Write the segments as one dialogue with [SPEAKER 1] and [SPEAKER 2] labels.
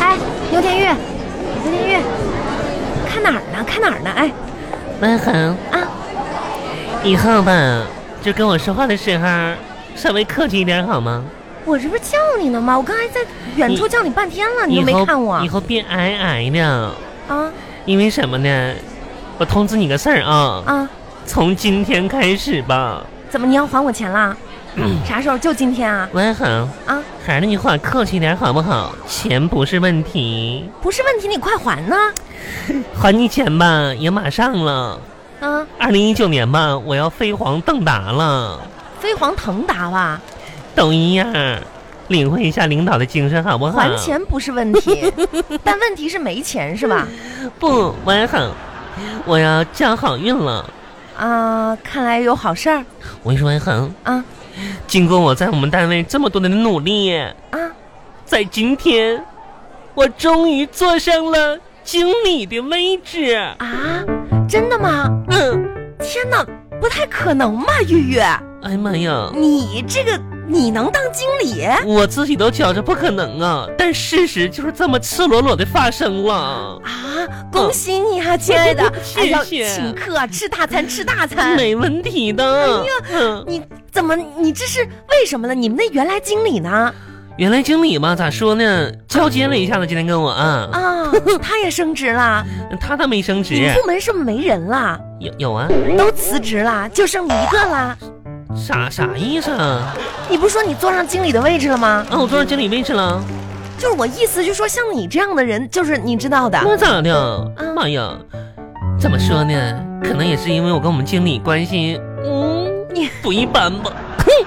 [SPEAKER 1] 哎刘天玉，刘天玉，看哪儿呢？看哪儿呢？哎，
[SPEAKER 2] 文恒，
[SPEAKER 1] 啊，
[SPEAKER 2] 以后吧，就跟我说话的时候稍微客气一点好吗？
[SPEAKER 1] 我这不是叫你呢吗？我刚才在远处
[SPEAKER 2] 你
[SPEAKER 1] 叫你半天啊了，你都
[SPEAKER 2] 以
[SPEAKER 1] 没
[SPEAKER 2] 后
[SPEAKER 1] 看我
[SPEAKER 2] 以后别矮矮的，
[SPEAKER 1] 啊
[SPEAKER 2] 因为什么呢？我通知你个事儿啊，
[SPEAKER 1] 啊！
[SPEAKER 2] 从今天开始吧，
[SPEAKER 1] 怎么你要还我钱 啦？啥时候？就今天啊
[SPEAKER 2] 文恒，
[SPEAKER 1] 啊！
[SPEAKER 2] 还是那句话，客气点好不好？钱不是问题，
[SPEAKER 1] 不是问题，你快还呢！
[SPEAKER 2] 还你钱吧，也马上了。
[SPEAKER 1] 啊，
[SPEAKER 2] 二零一九年吧，我要飞黄腾达了，
[SPEAKER 1] 飞黄腾达吧，
[SPEAKER 2] 懂一样，领会一下领导的精神好不好？
[SPEAKER 1] 还钱不是问题，但问题是没钱是吧？
[SPEAKER 2] 不，文恒，我要交好运了。
[SPEAKER 1] 啊，看来有好事儿
[SPEAKER 2] 我跟你说，文恒，
[SPEAKER 1] 啊
[SPEAKER 2] 经过我在我们单位这么多年的努力，
[SPEAKER 1] 啊！
[SPEAKER 2] 在今天，我终于坐上了经理的位置。
[SPEAKER 1] 啊，真的吗？
[SPEAKER 2] 嗯，
[SPEAKER 1] 天哪，不太可能吧，玉玉，
[SPEAKER 2] 哎呀妈呀，
[SPEAKER 1] 你这个你能当经理？啊
[SPEAKER 2] 我自己都觉着不可能啊，但事实就是这么赤裸裸的发生了。
[SPEAKER 1] 啊，恭喜你啊，亲爱 的！
[SPEAKER 2] 嗯谢
[SPEAKER 1] 哎呀，
[SPEAKER 2] 谢嗯
[SPEAKER 1] 请客啊吃大餐，吃大餐。
[SPEAKER 2] 没问题的。嗯，
[SPEAKER 1] 你怎么？你这是为什么呢？你们那原来经理呢？
[SPEAKER 2] 原来经理嘛，咋说呢，交接了一下子，今天跟我啊，
[SPEAKER 1] 啊，他也升职 啦，
[SPEAKER 2] 他倒没升
[SPEAKER 1] 你
[SPEAKER 2] 职
[SPEAKER 1] 们，部门是不是没人啦？
[SPEAKER 2] 有有啊，
[SPEAKER 1] 都辞职啦，就剩你一个啦。
[SPEAKER 2] 啥啥意思啊？
[SPEAKER 1] 你不是说你坐上经理的位置了吗？
[SPEAKER 2] 啊，我坐上经理位置了，
[SPEAKER 1] 就是我意思，就说像你这样的人，就是你知道的。
[SPEAKER 2] 那咋的？
[SPEAKER 1] 嗯
[SPEAKER 2] 妈呀，怎么说呢？可能也是因为我跟我们经理关系
[SPEAKER 1] 嗯，你
[SPEAKER 2] 不一般吧。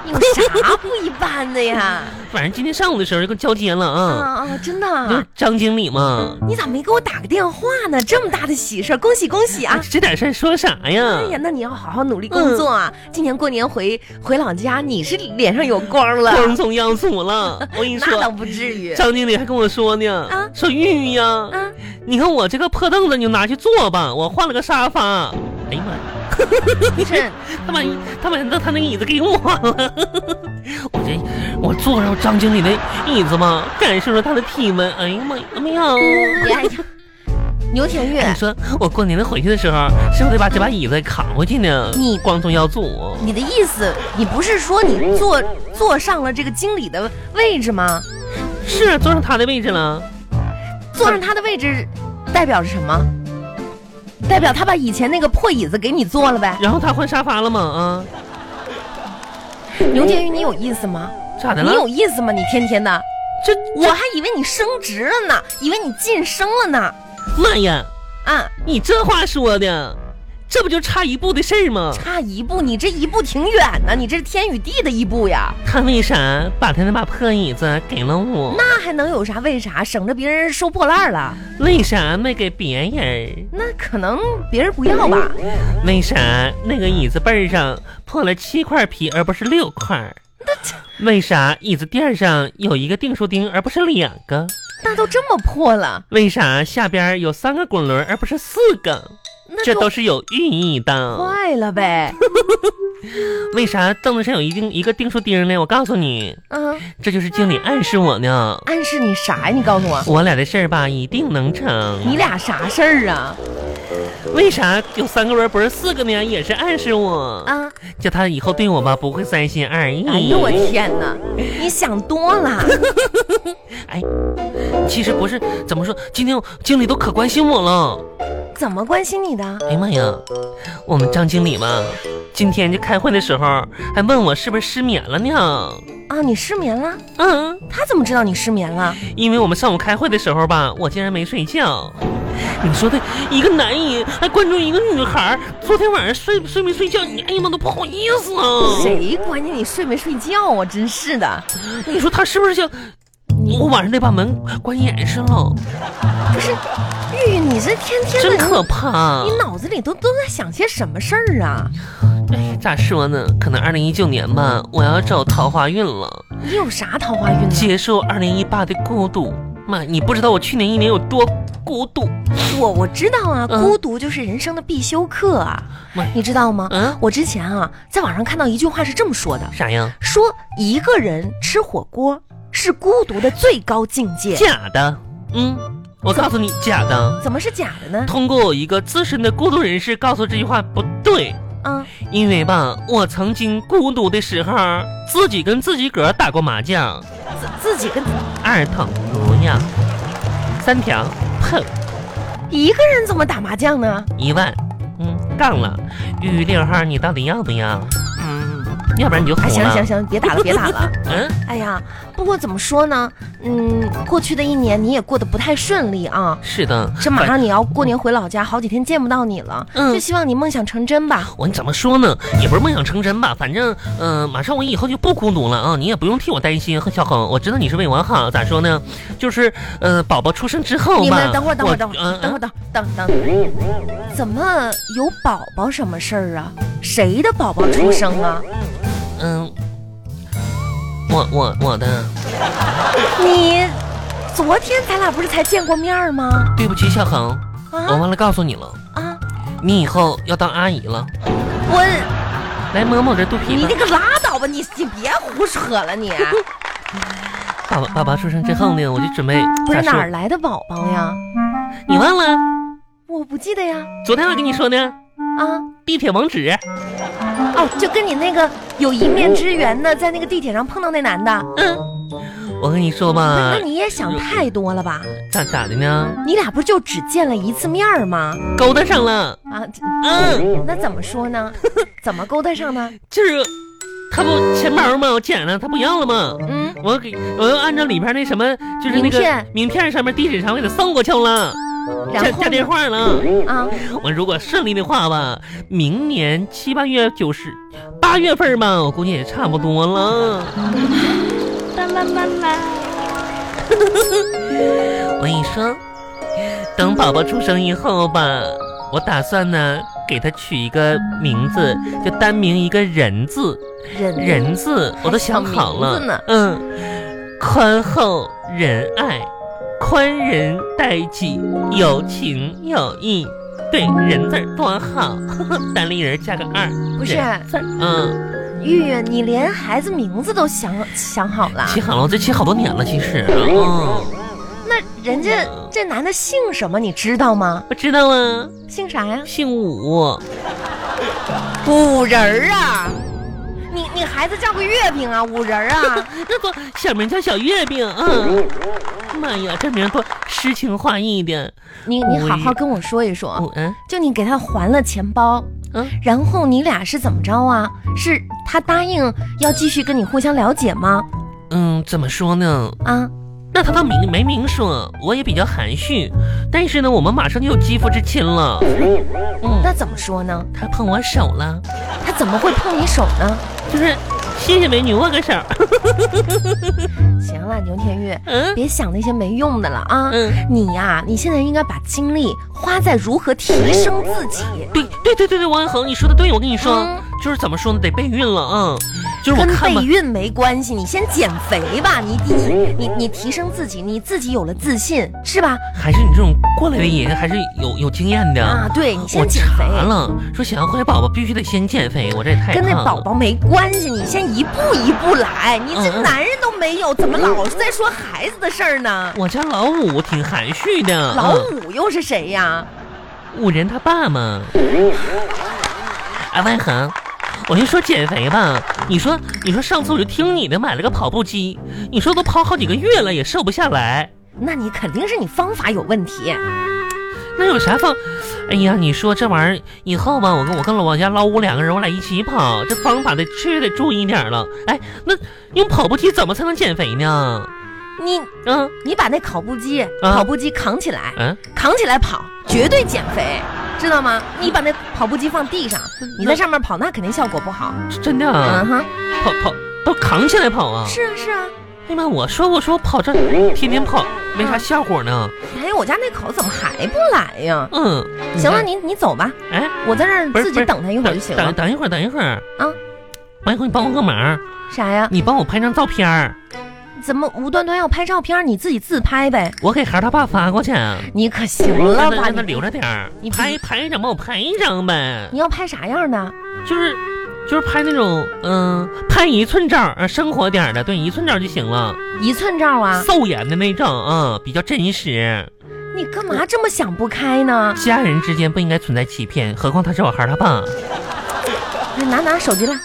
[SPEAKER 1] 你有啥不一般的呀？
[SPEAKER 2] 反正今天上午的时候就跟交接了
[SPEAKER 1] 啊
[SPEAKER 2] 啊，
[SPEAKER 1] 啊，真的
[SPEAKER 2] 就是
[SPEAKER 1] 啊。
[SPEAKER 2] 张经理嘛，
[SPEAKER 1] 你咋没给我打个电话呢？这么大的喜事儿，恭喜恭喜 啊！
[SPEAKER 2] 哎这点事儿说啥呀
[SPEAKER 1] 哎？呀，那你要好好努力
[SPEAKER 2] 嗯
[SPEAKER 1] 工作啊！今年过年回回老家，你是脸上有光了，
[SPEAKER 2] 光宗耀祖了，我跟你
[SPEAKER 1] 那倒
[SPEAKER 2] 说，
[SPEAKER 1] 不至于
[SPEAKER 2] 张经理还跟我说呢，
[SPEAKER 1] 啊
[SPEAKER 2] 说玉玉呀，
[SPEAKER 1] 啊！
[SPEAKER 2] 你看我这个破凳子，你就拿去坐吧。我换了个沙发。哎呀妈呀！
[SPEAKER 1] 不是，
[SPEAKER 2] 他把他把那他那个椅子给我了。 我这我坐上张经理的椅子吧，感受着他的体温。哎呀妈呀！哎呀！
[SPEAKER 1] 你哎呀，牛田玉，
[SPEAKER 2] 你说我过年的回去的时候，是不是得把这把椅子扛回去呢？
[SPEAKER 1] 你
[SPEAKER 2] 光宗耀祖。
[SPEAKER 1] 你的意思，你不是说你坐坐上了这个经理的位置吗？
[SPEAKER 2] 是坐上他的位置了。
[SPEAKER 1] 坐上他的位置，代表着什么？代表他把以前那个破椅子给你坐了呗？
[SPEAKER 2] 然后他换沙发了吗？啊，
[SPEAKER 1] 牛田玉，你有意思吗？
[SPEAKER 2] 咋的
[SPEAKER 1] 你
[SPEAKER 2] 了？
[SPEAKER 1] 有意思吗？你天天的，
[SPEAKER 2] 这
[SPEAKER 1] 我还以为你升职了呢，以为你晋升了呢。
[SPEAKER 2] 妈呀！
[SPEAKER 1] 啊，
[SPEAKER 2] 你这话说的，这不就差一步的事儿吗？
[SPEAKER 1] 差一步，你这一步挺远呢，你这是天与地的一步呀。
[SPEAKER 2] 他为啥把他那把破椅子给了我？
[SPEAKER 1] 那还能有啥？为啥？省着别人收破烂了，
[SPEAKER 2] 为啥没给别人？
[SPEAKER 1] 那可能别人不要吧？
[SPEAKER 2] 为啥那个椅子背儿上破了七块皮而不是六块？为啥椅子垫上有一个订书钉而不是两个？
[SPEAKER 1] 那都这么破了，
[SPEAKER 2] 为啥下边有三个滚轮而不是四个？
[SPEAKER 1] 那
[SPEAKER 2] 这都
[SPEAKER 1] 就是
[SPEAKER 2] 有寓意的。
[SPEAKER 1] 坏了呗。
[SPEAKER 2] 为啥凳子上有一定一个订书钉呢？我告诉你，
[SPEAKER 1] 嗯，
[SPEAKER 2] 这就是经理暗示我呢。
[SPEAKER 1] 暗示你啥呀？你告诉我，
[SPEAKER 2] 我俩的事儿吧，一定能成。
[SPEAKER 1] 你俩啥事儿啊？
[SPEAKER 2] 为啥有三个轮不是四个呢？也是暗示我，
[SPEAKER 1] 啊！
[SPEAKER 2] 叫他以后对我吧不会三心二意。
[SPEAKER 1] 哎呦我天哪，你想多了。
[SPEAKER 2] 其实不是，怎么说？今天我经理都可关心我了。
[SPEAKER 1] 怎么关心你的？
[SPEAKER 2] 哎呀妈呀，我们张经理嘛，今天这开会的时候还问我是不是失眠了呢？
[SPEAKER 1] 啊，你失眠了？
[SPEAKER 2] 嗯，
[SPEAKER 1] 他怎么知道你失眠了？
[SPEAKER 2] 因为我们上午开会的时候吧，我竟然没睡觉。你说的一个男人还关注一个女孩，昨天晚上睡睡没睡觉？你哎呀妈，都不好意思啊！
[SPEAKER 1] 谁关心你睡没睡觉啊？真是的，
[SPEAKER 2] 你说他是不是想？我晚上得把门关严实了，
[SPEAKER 1] 不是玉玉，你这天天的
[SPEAKER 2] 真
[SPEAKER 1] 你
[SPEAKER 2] 可怕
[SPEAKER 1] 你！脑子里都都在想些什么事儿啊？
[SPEAKER 2] 哎， 咋说呢？可能二零一九年吧，我要找桃花运了，
[SPEAKER 1] 你有啥桃花运啊呢？
[SPEAKER 2] 结束二零一八的孤独。妈，你不知道我去年一年有多孤独。
[SPEAKER 1] 我我知道啊，
[SPEAKER 2] 嗯
[SPEAKER 1] 孤独就是人生的必修课啊
[SPEAKER 2] 喂，
[SPEAKER 1] 你知道吗？
[SPEAKER 2] 嗯，
[SPEAKER 1] 我之前啊，在网上看到一句话是这么说的：
[SPEAKER 2] 啥呀？
[SPEAKER 1] 说一个人吃火锅是孤独的最高境界。
[SPEAKER 2] 假的。嗯，我告诉你，假的。
[SPEAKER 1] 怎么是假的呢？
[SPEAKER 2] 通过一个资深的孤独人士告诉这句话不对，
[SPEAKER 1] 啊，
[SPEAKER 2] 因为吧，我曾经孤独的时候，自己跟自己个儿打过麻将，
[SPEAKER 1] 自自己跟
[SPEAKER 2] 二筒姑娘，三条碰
[SPEAKER 1] 一个人怎么打麻将呢？
[SPEAKER 2] 一万，嗯，杠了。玉玉六号，你到底要不要？嗯，要不然你就
[SPEAKER 1] 哎，
[SPEAKER 2] 红
[SPEAKER 1] 行
[SPEAKER 2] 了。
[SPEAKER 1] 行行，别打了，别打了。
[SPEAKER 2] 嗯，
[SPEAKER 1] 哎呀，不过怎么说呢，嗯，过去的一年你也过得不太顺利啊。
[SPEAKER 2] 是的，哎
[SPEAKER 1] 这马上你要过年回老家，好几天见不到你了，
[SPEAKER 2] 嗯
[SPEAKER 1] 就希望你梦想成真吧。
[SPEAKER 2] 我怎么说呢？也不是梦想成真吧，反正，呃，马上我以后就不孤独了啊！你也不用替我担心，小恒，我知道你是为我好。咋说呢？就是，呃，宝宝出生之后吧，
[SPEAKER 1] 你们等会儿，等会
[SPEAKER 2] 我
[SPEAKER 1] 儿，等会
[SPEAKER 2] 嗯
[SPEAKER 1] 儿，等会儿，等等等，怎么有宝宝什么事儿啊？谁的宝宝出生啊？
[SPEAKER 2] 嗯，我我我的，
[SPEAKER 1] 你昨天咱俩不是才见过面儿吗？
[SPEAKER 2] 对不起，小恒，我
[SPEAKER 1] 啊
[SPEAKER 2] 忘了告诉你了，
[SPEAKER 1] 啊，
[SPEAKER 2] 你以后要当阿姨了。
[SPEAKER 1] 我
[SPEAKER 2] 来摸摸我这肚皮
[SPEAKER 1] 你
[SPEAKER 2] 吧
[SPEAKER 1] 那。个拉倒吧，你你别胡扯了你，啊
[SPEAKER 2] 爸爸爸爸出生之后呢，我就准备
[SPEAKER 1] 嗯不是
[SPEAKER 2] 咋说
[SPEAKER 1] 哪儿来的宝宝呀？
[SPEAKER 2] 你忘了？
[SPEAKER 1] 我不记得呀，
[SPEAKER 2] 昨天我跟你说呢，
[SPEAKER 1] 啊。
[SPEAKER 2] 地铁网址。
[SPEAKER 1] 哦，就跟你那个有一面之缘的，在那个地铁上碰到那男的，
[SPEAKER 2] 嗯，我跟你说吧
[SPEAKER 1] 那，你也想太多了吧？
[SPEAKER 2] 咋咋的呢？
[SPEAKER 1] 你俩不就只见了一次面儿吗？
[SPEAKER 2] 勾搭上了。
[SPEAKER 1] 啊，这
[SPEAKER 2] 嗯。
[SPEAKER 1] 那怎么说 呢？怎么勾搭上呢？
[SPEAKER 2] 就是他不钱包吗？我捡了，他不要了吗？
[SPEAKER 1] 嗯，
[SPEAKER 2] 我给我又按照里边那什么，就是那
[SPEAKER 1] 名
[SPEAKER 2] 个
[SPEAKER 1] 片
[SPEAKER 2] 名片上面地址上我给他送过去了，
[SPEAKER 1] 然
[SPEAKER 2] 加
[SPEAKER 1] 后
[SPEAKER 2] 加电
[SPEAKER 1] 呢？
[SPEAKER 2] 话了。
[SPEAKER 1] 啊，
[SPEAKER 2] 我如果顺利的话吧，明年七八月九十八月份吧，我估计也差不多了。
[SPEAKER 1] 啦啦啦啦，
[SPEAKER 2] 我跟你说，等宝宝出生以后吧，我打算呢给他取一个名字，就单名一个人字。
[SPEAKER 1] 人
[SPEAKER 2] 人字我都想好
[SPEAKER 1] 哦还想名字呢
[SPEAKER 2] 了，嗯，宽厚仁爱，宽仁待己，有情有义。对，人字儿多好， 单立人加个二，
[SPEAKER 1] 不是
[SPEAKER 2] 人字儿，嗯，
[SPEAKER 1] 玉玉，你连孩子名字都想想好了，
[SPEAKER 2] 起好了，我这起好多年了，其实，
[SPEAKER 1] 哦
[SPEAKER 2] 嗯，
[SPEAKER 1] 那人家这男的姓什么你知道吗？
[SPEAKER 2] 我知道啊，
[SPEAKER 1] 姓啥呀？
[SPEAKER 2] 姓武，
[SPEAKER 1] 五仁儿啊！你你孩子叫个月饼啊，五仁儿啊！
[SPEAKER 2] 那不小名叫小月饼，嗯，妈呀，这名多诗情画意的，
[SPEAKER 1] 你你好好跟我说一说，
[SPEAKER 2] 我嗯
[SPEAKER 1] 就你给他还了钱包，
[SPEAKER 2] 嗯，
[SPEAKER 1] 然后你俩是怎么着啊？是他答应要继续跟你互相了解吗？
[SPEAKER 2] 嗯，怎么说呢？
[SPEAKER 1] 啊，
[SPEAKER 2] 那他倒明没明说，我也比较含蓄。但是呢，我们马上就有肌肤之亲了。嗯，
[SPEAKER 1] 那怎么说呢？
[SPEAKER 2] 他碰我手了，
[SPEAKER 1] 他怎么会碰你手呢？
[SPEAKER 2] 就是谢谢美女握个手。
[SPEAKER 1] 行了，牛天玉，
[SPEAKER 2] 嗯
[SPEAKER 1] 别想那些没用的了啊！
[SPEAKER 2] 嗯，
[SPEAKER 1] 你呀、你现在应该把精力花在如何提升自己，
[SPEAKER 2] 对对对对对，王一恒，你说的对，我跟你说，
[SPEAKER 1] 嗯
[SPEAKER 2] 就是怎么说呢，得备孕了啊、嗯，就是我
[SPEAKER 1] 跟
[SPEAKER 2] 看吧
[SPEAKER 1] 备，孕没关系，你先减肥吧，你你你你提升自己，你自己有了自信是吧？
[SPEAKER 2] 还是你这种过来的人，还是有有经验的。
[SPEAKER 1] 啊，对你
[SPEAKER 2] 我
[SPEAKER 1] 先减
[SPEAKER 2] 查
[SPEAKER 1] 肥。
[SPEAKER 2] 了，说想要怀宝宝必须得先减肥，我这也太
[SPEAKER 1] 跟那
[SPEAKER 2] 胖
[SPEAKER 1] 宝
[SPEAKER 2] 了
[SPEAKER 1] 宝没关系，你先一步一步来。你这
[SPEAKER 2] 嗯嗯
[SPEAKER 1] 男人都没有，怎么老是在说孩子的事儿呢？
[SPEAKER 2] 我家老五挺含蓄的，
[SPEAKER 1] 老
[SPEAKER 2] 嗯
[SPEAKER 1] 五又是谁呀？
[SPEAKER 2] 五人他爸嘛。哎，万恒，我就说减肥吧，你说你说上次我就听你的买了个跑步机，你说都跑好几个月了也瘦不下来，
[SPEAKER 1] 那你肯定是你方法有问题。
[SPEAKER 2] 那有啥方？哎呀，你说这玩意儿以后吧，我跟我跟我家老五两个人，我俩一起跑，这方法得确实得注意点儿了。哎，那用跑步机怎么才能减肥呢？
[SPEAKER 1] 你
[SPEAKER 2] 嗯
[SPEAKER 1] 你把那跑步机、
[SPEAKER 2] 啊
[SPEAKER 1] 跑步机扛起来，
[SPEAKER 2] 嗯，
[SPEAKER 1] 扛起来跑，绝对减肥，知道吗？你把那跑步机放地上，
[SPEAKER 2] 嗯
[SPEAKER 1] 你在上面跑，那肯定效果不好。
[SPEAKER 2] 是真的啊
[SPEAKER 1] 嗯，哼，
[SPEAKER 2] 跑跑都扛起来跑啊！
[SPEAKER 1] 是啊是啊，
[SPEAKER 2] 哎呀妈，我说我说我跑这天天跑没啥效果呢。
[SPEAKER 1] 哎，我家那口怎么还不来呀？
[SPEAKER 2] 嗯，你
[SPEAKER 1] 行了，
[SPEAKER 2] 看
[SPEAKER 1] 你你走吧，
[SPEAKER 2] 哎，
[SPEAKER 1] 我在这儿
[SPEAKER 2] 不是
[SPEAKER 1] 自己等他一会儿就行
[SPEAKER 2] 等
[SPEAKER 1] 了。
[SPEAKER 2] 等一会儿，等一会儿
[SPEAKER 1] 啊！
[SPEAKER 2] 王一恒，你帮我个忙，
[SPEAKER 1] 啥呀？
[SPEAKER 2] 你帮我拍张照片儿，
[SPEAKER 1] 怎么无端端要拍照片儿？你自己自拍呗。
[SPEAKER 2] 我给孩儿他爸发过去。行
[SPEAKER 1] 你可行了吧
[SPEAKER 2] 让他
[SPEAKER 1] 你？
[SPEAKER 2] 留着点儿。
[SPEAKER 1] 你
[SPEAKER 2] 拍拍一张帮我拍一张呗，
[SPEAKER 1] 你要拍啥样的？
[SPEAKER 2] 就是就是拍那种嗯、拍一寸照，呃生活点儿的，对，一寸照就行了，
[SPEAKER 1] 一寸照啊？
[SPEAKER 2] 素颜的那种，嗯，比较真实。
[SPEAKER 1] 你干嘛这么想不开呢？
[SPEAKER 2] 家人之间不应该存在欺骗，何况他是我孩儿他爸。
[SPEAKER 1] 哎拿拿手机来，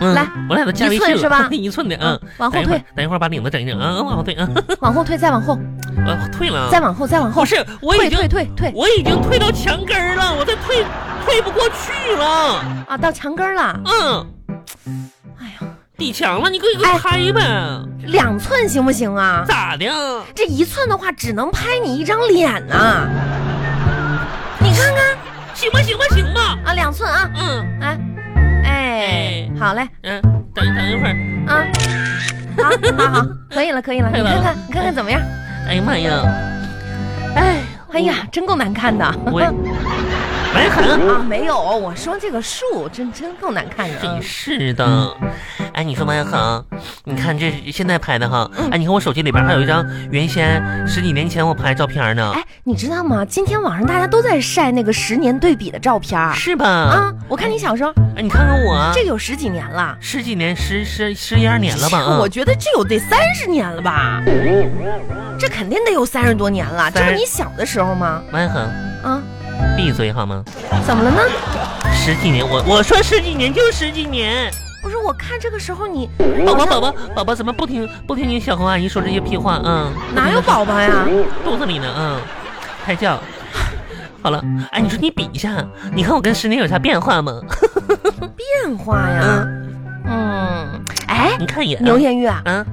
[SPEAKER 2] 嗯，
[SPEAKER 1] 来
[SPEAKER 2] 我俩都加微
[SPEAKER 1] 一寸
[SPEAKER 2] 信
[SPEAKER 1] 是吧
[SPEAKER 2] 一寸的，嗯，
[SPEAKER 1] 往后
[SPEAKER 2] 等一会儿
[SPEAKER 1] 退，
[SPEAKER 2] 等一会儿把领子整一整，嗯，往后退，嗯，
[SPEAKER 1] 往后退，再往后，
[SPEAKER 2] 我退了，
[SPEAKER 1] 嗯
[SPEAKER 2] 啊
[SPEAKER 1] 再往后，再往后
[SPEAKER 2] 不，是，我已
[SPEAKER 1] 退
[SPEAKER 2] 经
[SPEAKER 1] 退退退
[SPEAKER 2] 我已经退到墙根儿了，我再退退不过去了，
[SPEAKER 1] 啊，到墙根儿了。
[SPEAKER 2] 嗯，
[SPEAKER 1] 哎呀，
[SPEAKER 2] 底墙了，你给我给我
[SPEAKER 1] 哎嗯
[SPEAKER 2] 拍呗，
[SPEAKER 1] 两寸行不行啊？
[SPEAKER 2] 咋的？
[SPEAKER 1] 这一寸的话，只能拍你一张脸呐、你看看
[SPEAKER 2] 行吧，行吧，行吧，
[SPEAKER 1] 啊，两寸啊，
[SPEAKER 2] 嗯
[SPEAKER 1] 哎，哎，好嘞，
[SPEAKER 2] 嗯，等等一会儿，
[SPEAKER 1] 啊，好，好，好，可以了，可以了，
[SPEAKER 2] 可以
[SPEAKER 1] 你
[SPEAKER 2] 了
[SPEAKER 1] 看看，你看看怎么样？
[SPEAKER 2] 哎呀妈呀，哎，
[SPEAKER 1] 哎呀，真够难看的。
[SPEAKER 2] 我，白涵。
[SPEAKER 1] 啊，没有，我说这个树真真够难看的。
[SPEAKER 2] 真是啊的，哎，你说麦恒，你看这现在拍的哈，
[SPEAKER 1] 嗯
[SPEAKER 2] 哎，你看我手机里边还有一张原先十几年前我拍照片呢，
[SPEAKER 1] 哎，你知道吗？今天网上大家都在晒那个十年对比的照片儿
[SPEAKER 2] 是吧？
[SPEAKER 1] 啊。我看你小时候，
[SPEAKER 2] 哎，你看看我，
[SPEAKER 1] 这有十几年了。
[SPEAKER 2] 十几年，十十十一二年了吧？啊
[SPEAKER 1] 我觉得这有得三十年了吧？这肯定得有三十多年了。这
[SPEAKER 2] 三
[SPEAKER 1] 不
[SPEAKER 2] 十
[SPEAKER 1] 你小的时候吗？
[SPEAKER 2] 麦恒，
[SPEAKER 1] 啊，
[SPEAKER 2] 闭嘴好吗？
[SPEAKER 1] 怎么了呢？
[SPEAKER 2] 十几年，我我说十几年就十几年，
[SPEAKER 1] 不是，我看这个时候你
[SPEAKER 2] 宝宝宝宝宝宝怎么不听不听你小红阿姨说这些屁话啊？
[SPEAKER 1] 哪有宝宝呀？
[SPEAKER 2] 肚子里呢？嗯，胎教。 好了，哎，你说你比一下，你看我跟十年有啥变化吗？
[SPEAKER 1] 变化呀。嗯，哎，
[SPEAKER 2] 你看一眼啊，
[SPEAKER 1] 牛艳遇啊，
[SPEAKER 2] 嗯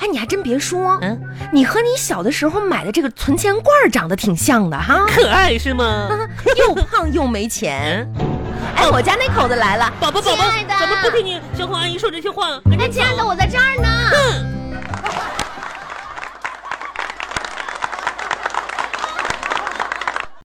[SPEAKER 1] 哎，你还真别说，
[SPEAKER 2] 嗯。，
[SPEAKER 1] 你和你小的时候买的这个存钱罐儿长得挺像的哈
[SPEAKER 2] 可爱是
[SPEAKER 1] 啊
[SPEAKER 2] 吗？
[SPEAKER 1] 又胖又没钱。
[SPEAKER 2] 嗯，
[SPEAKER 1] 哎，我家那口子来了，
[SPEAKER 2] 宝宝宝宝
[SPEAKER 1] 亲爱的，
[SPEAKER 2] 咱们不听你小红阿姨说这些话。赶紧
[SPEAKER 1] 哎，亲爱的，
[SPEAKER 2] 走，
[SPEAKER 1] 我在这儿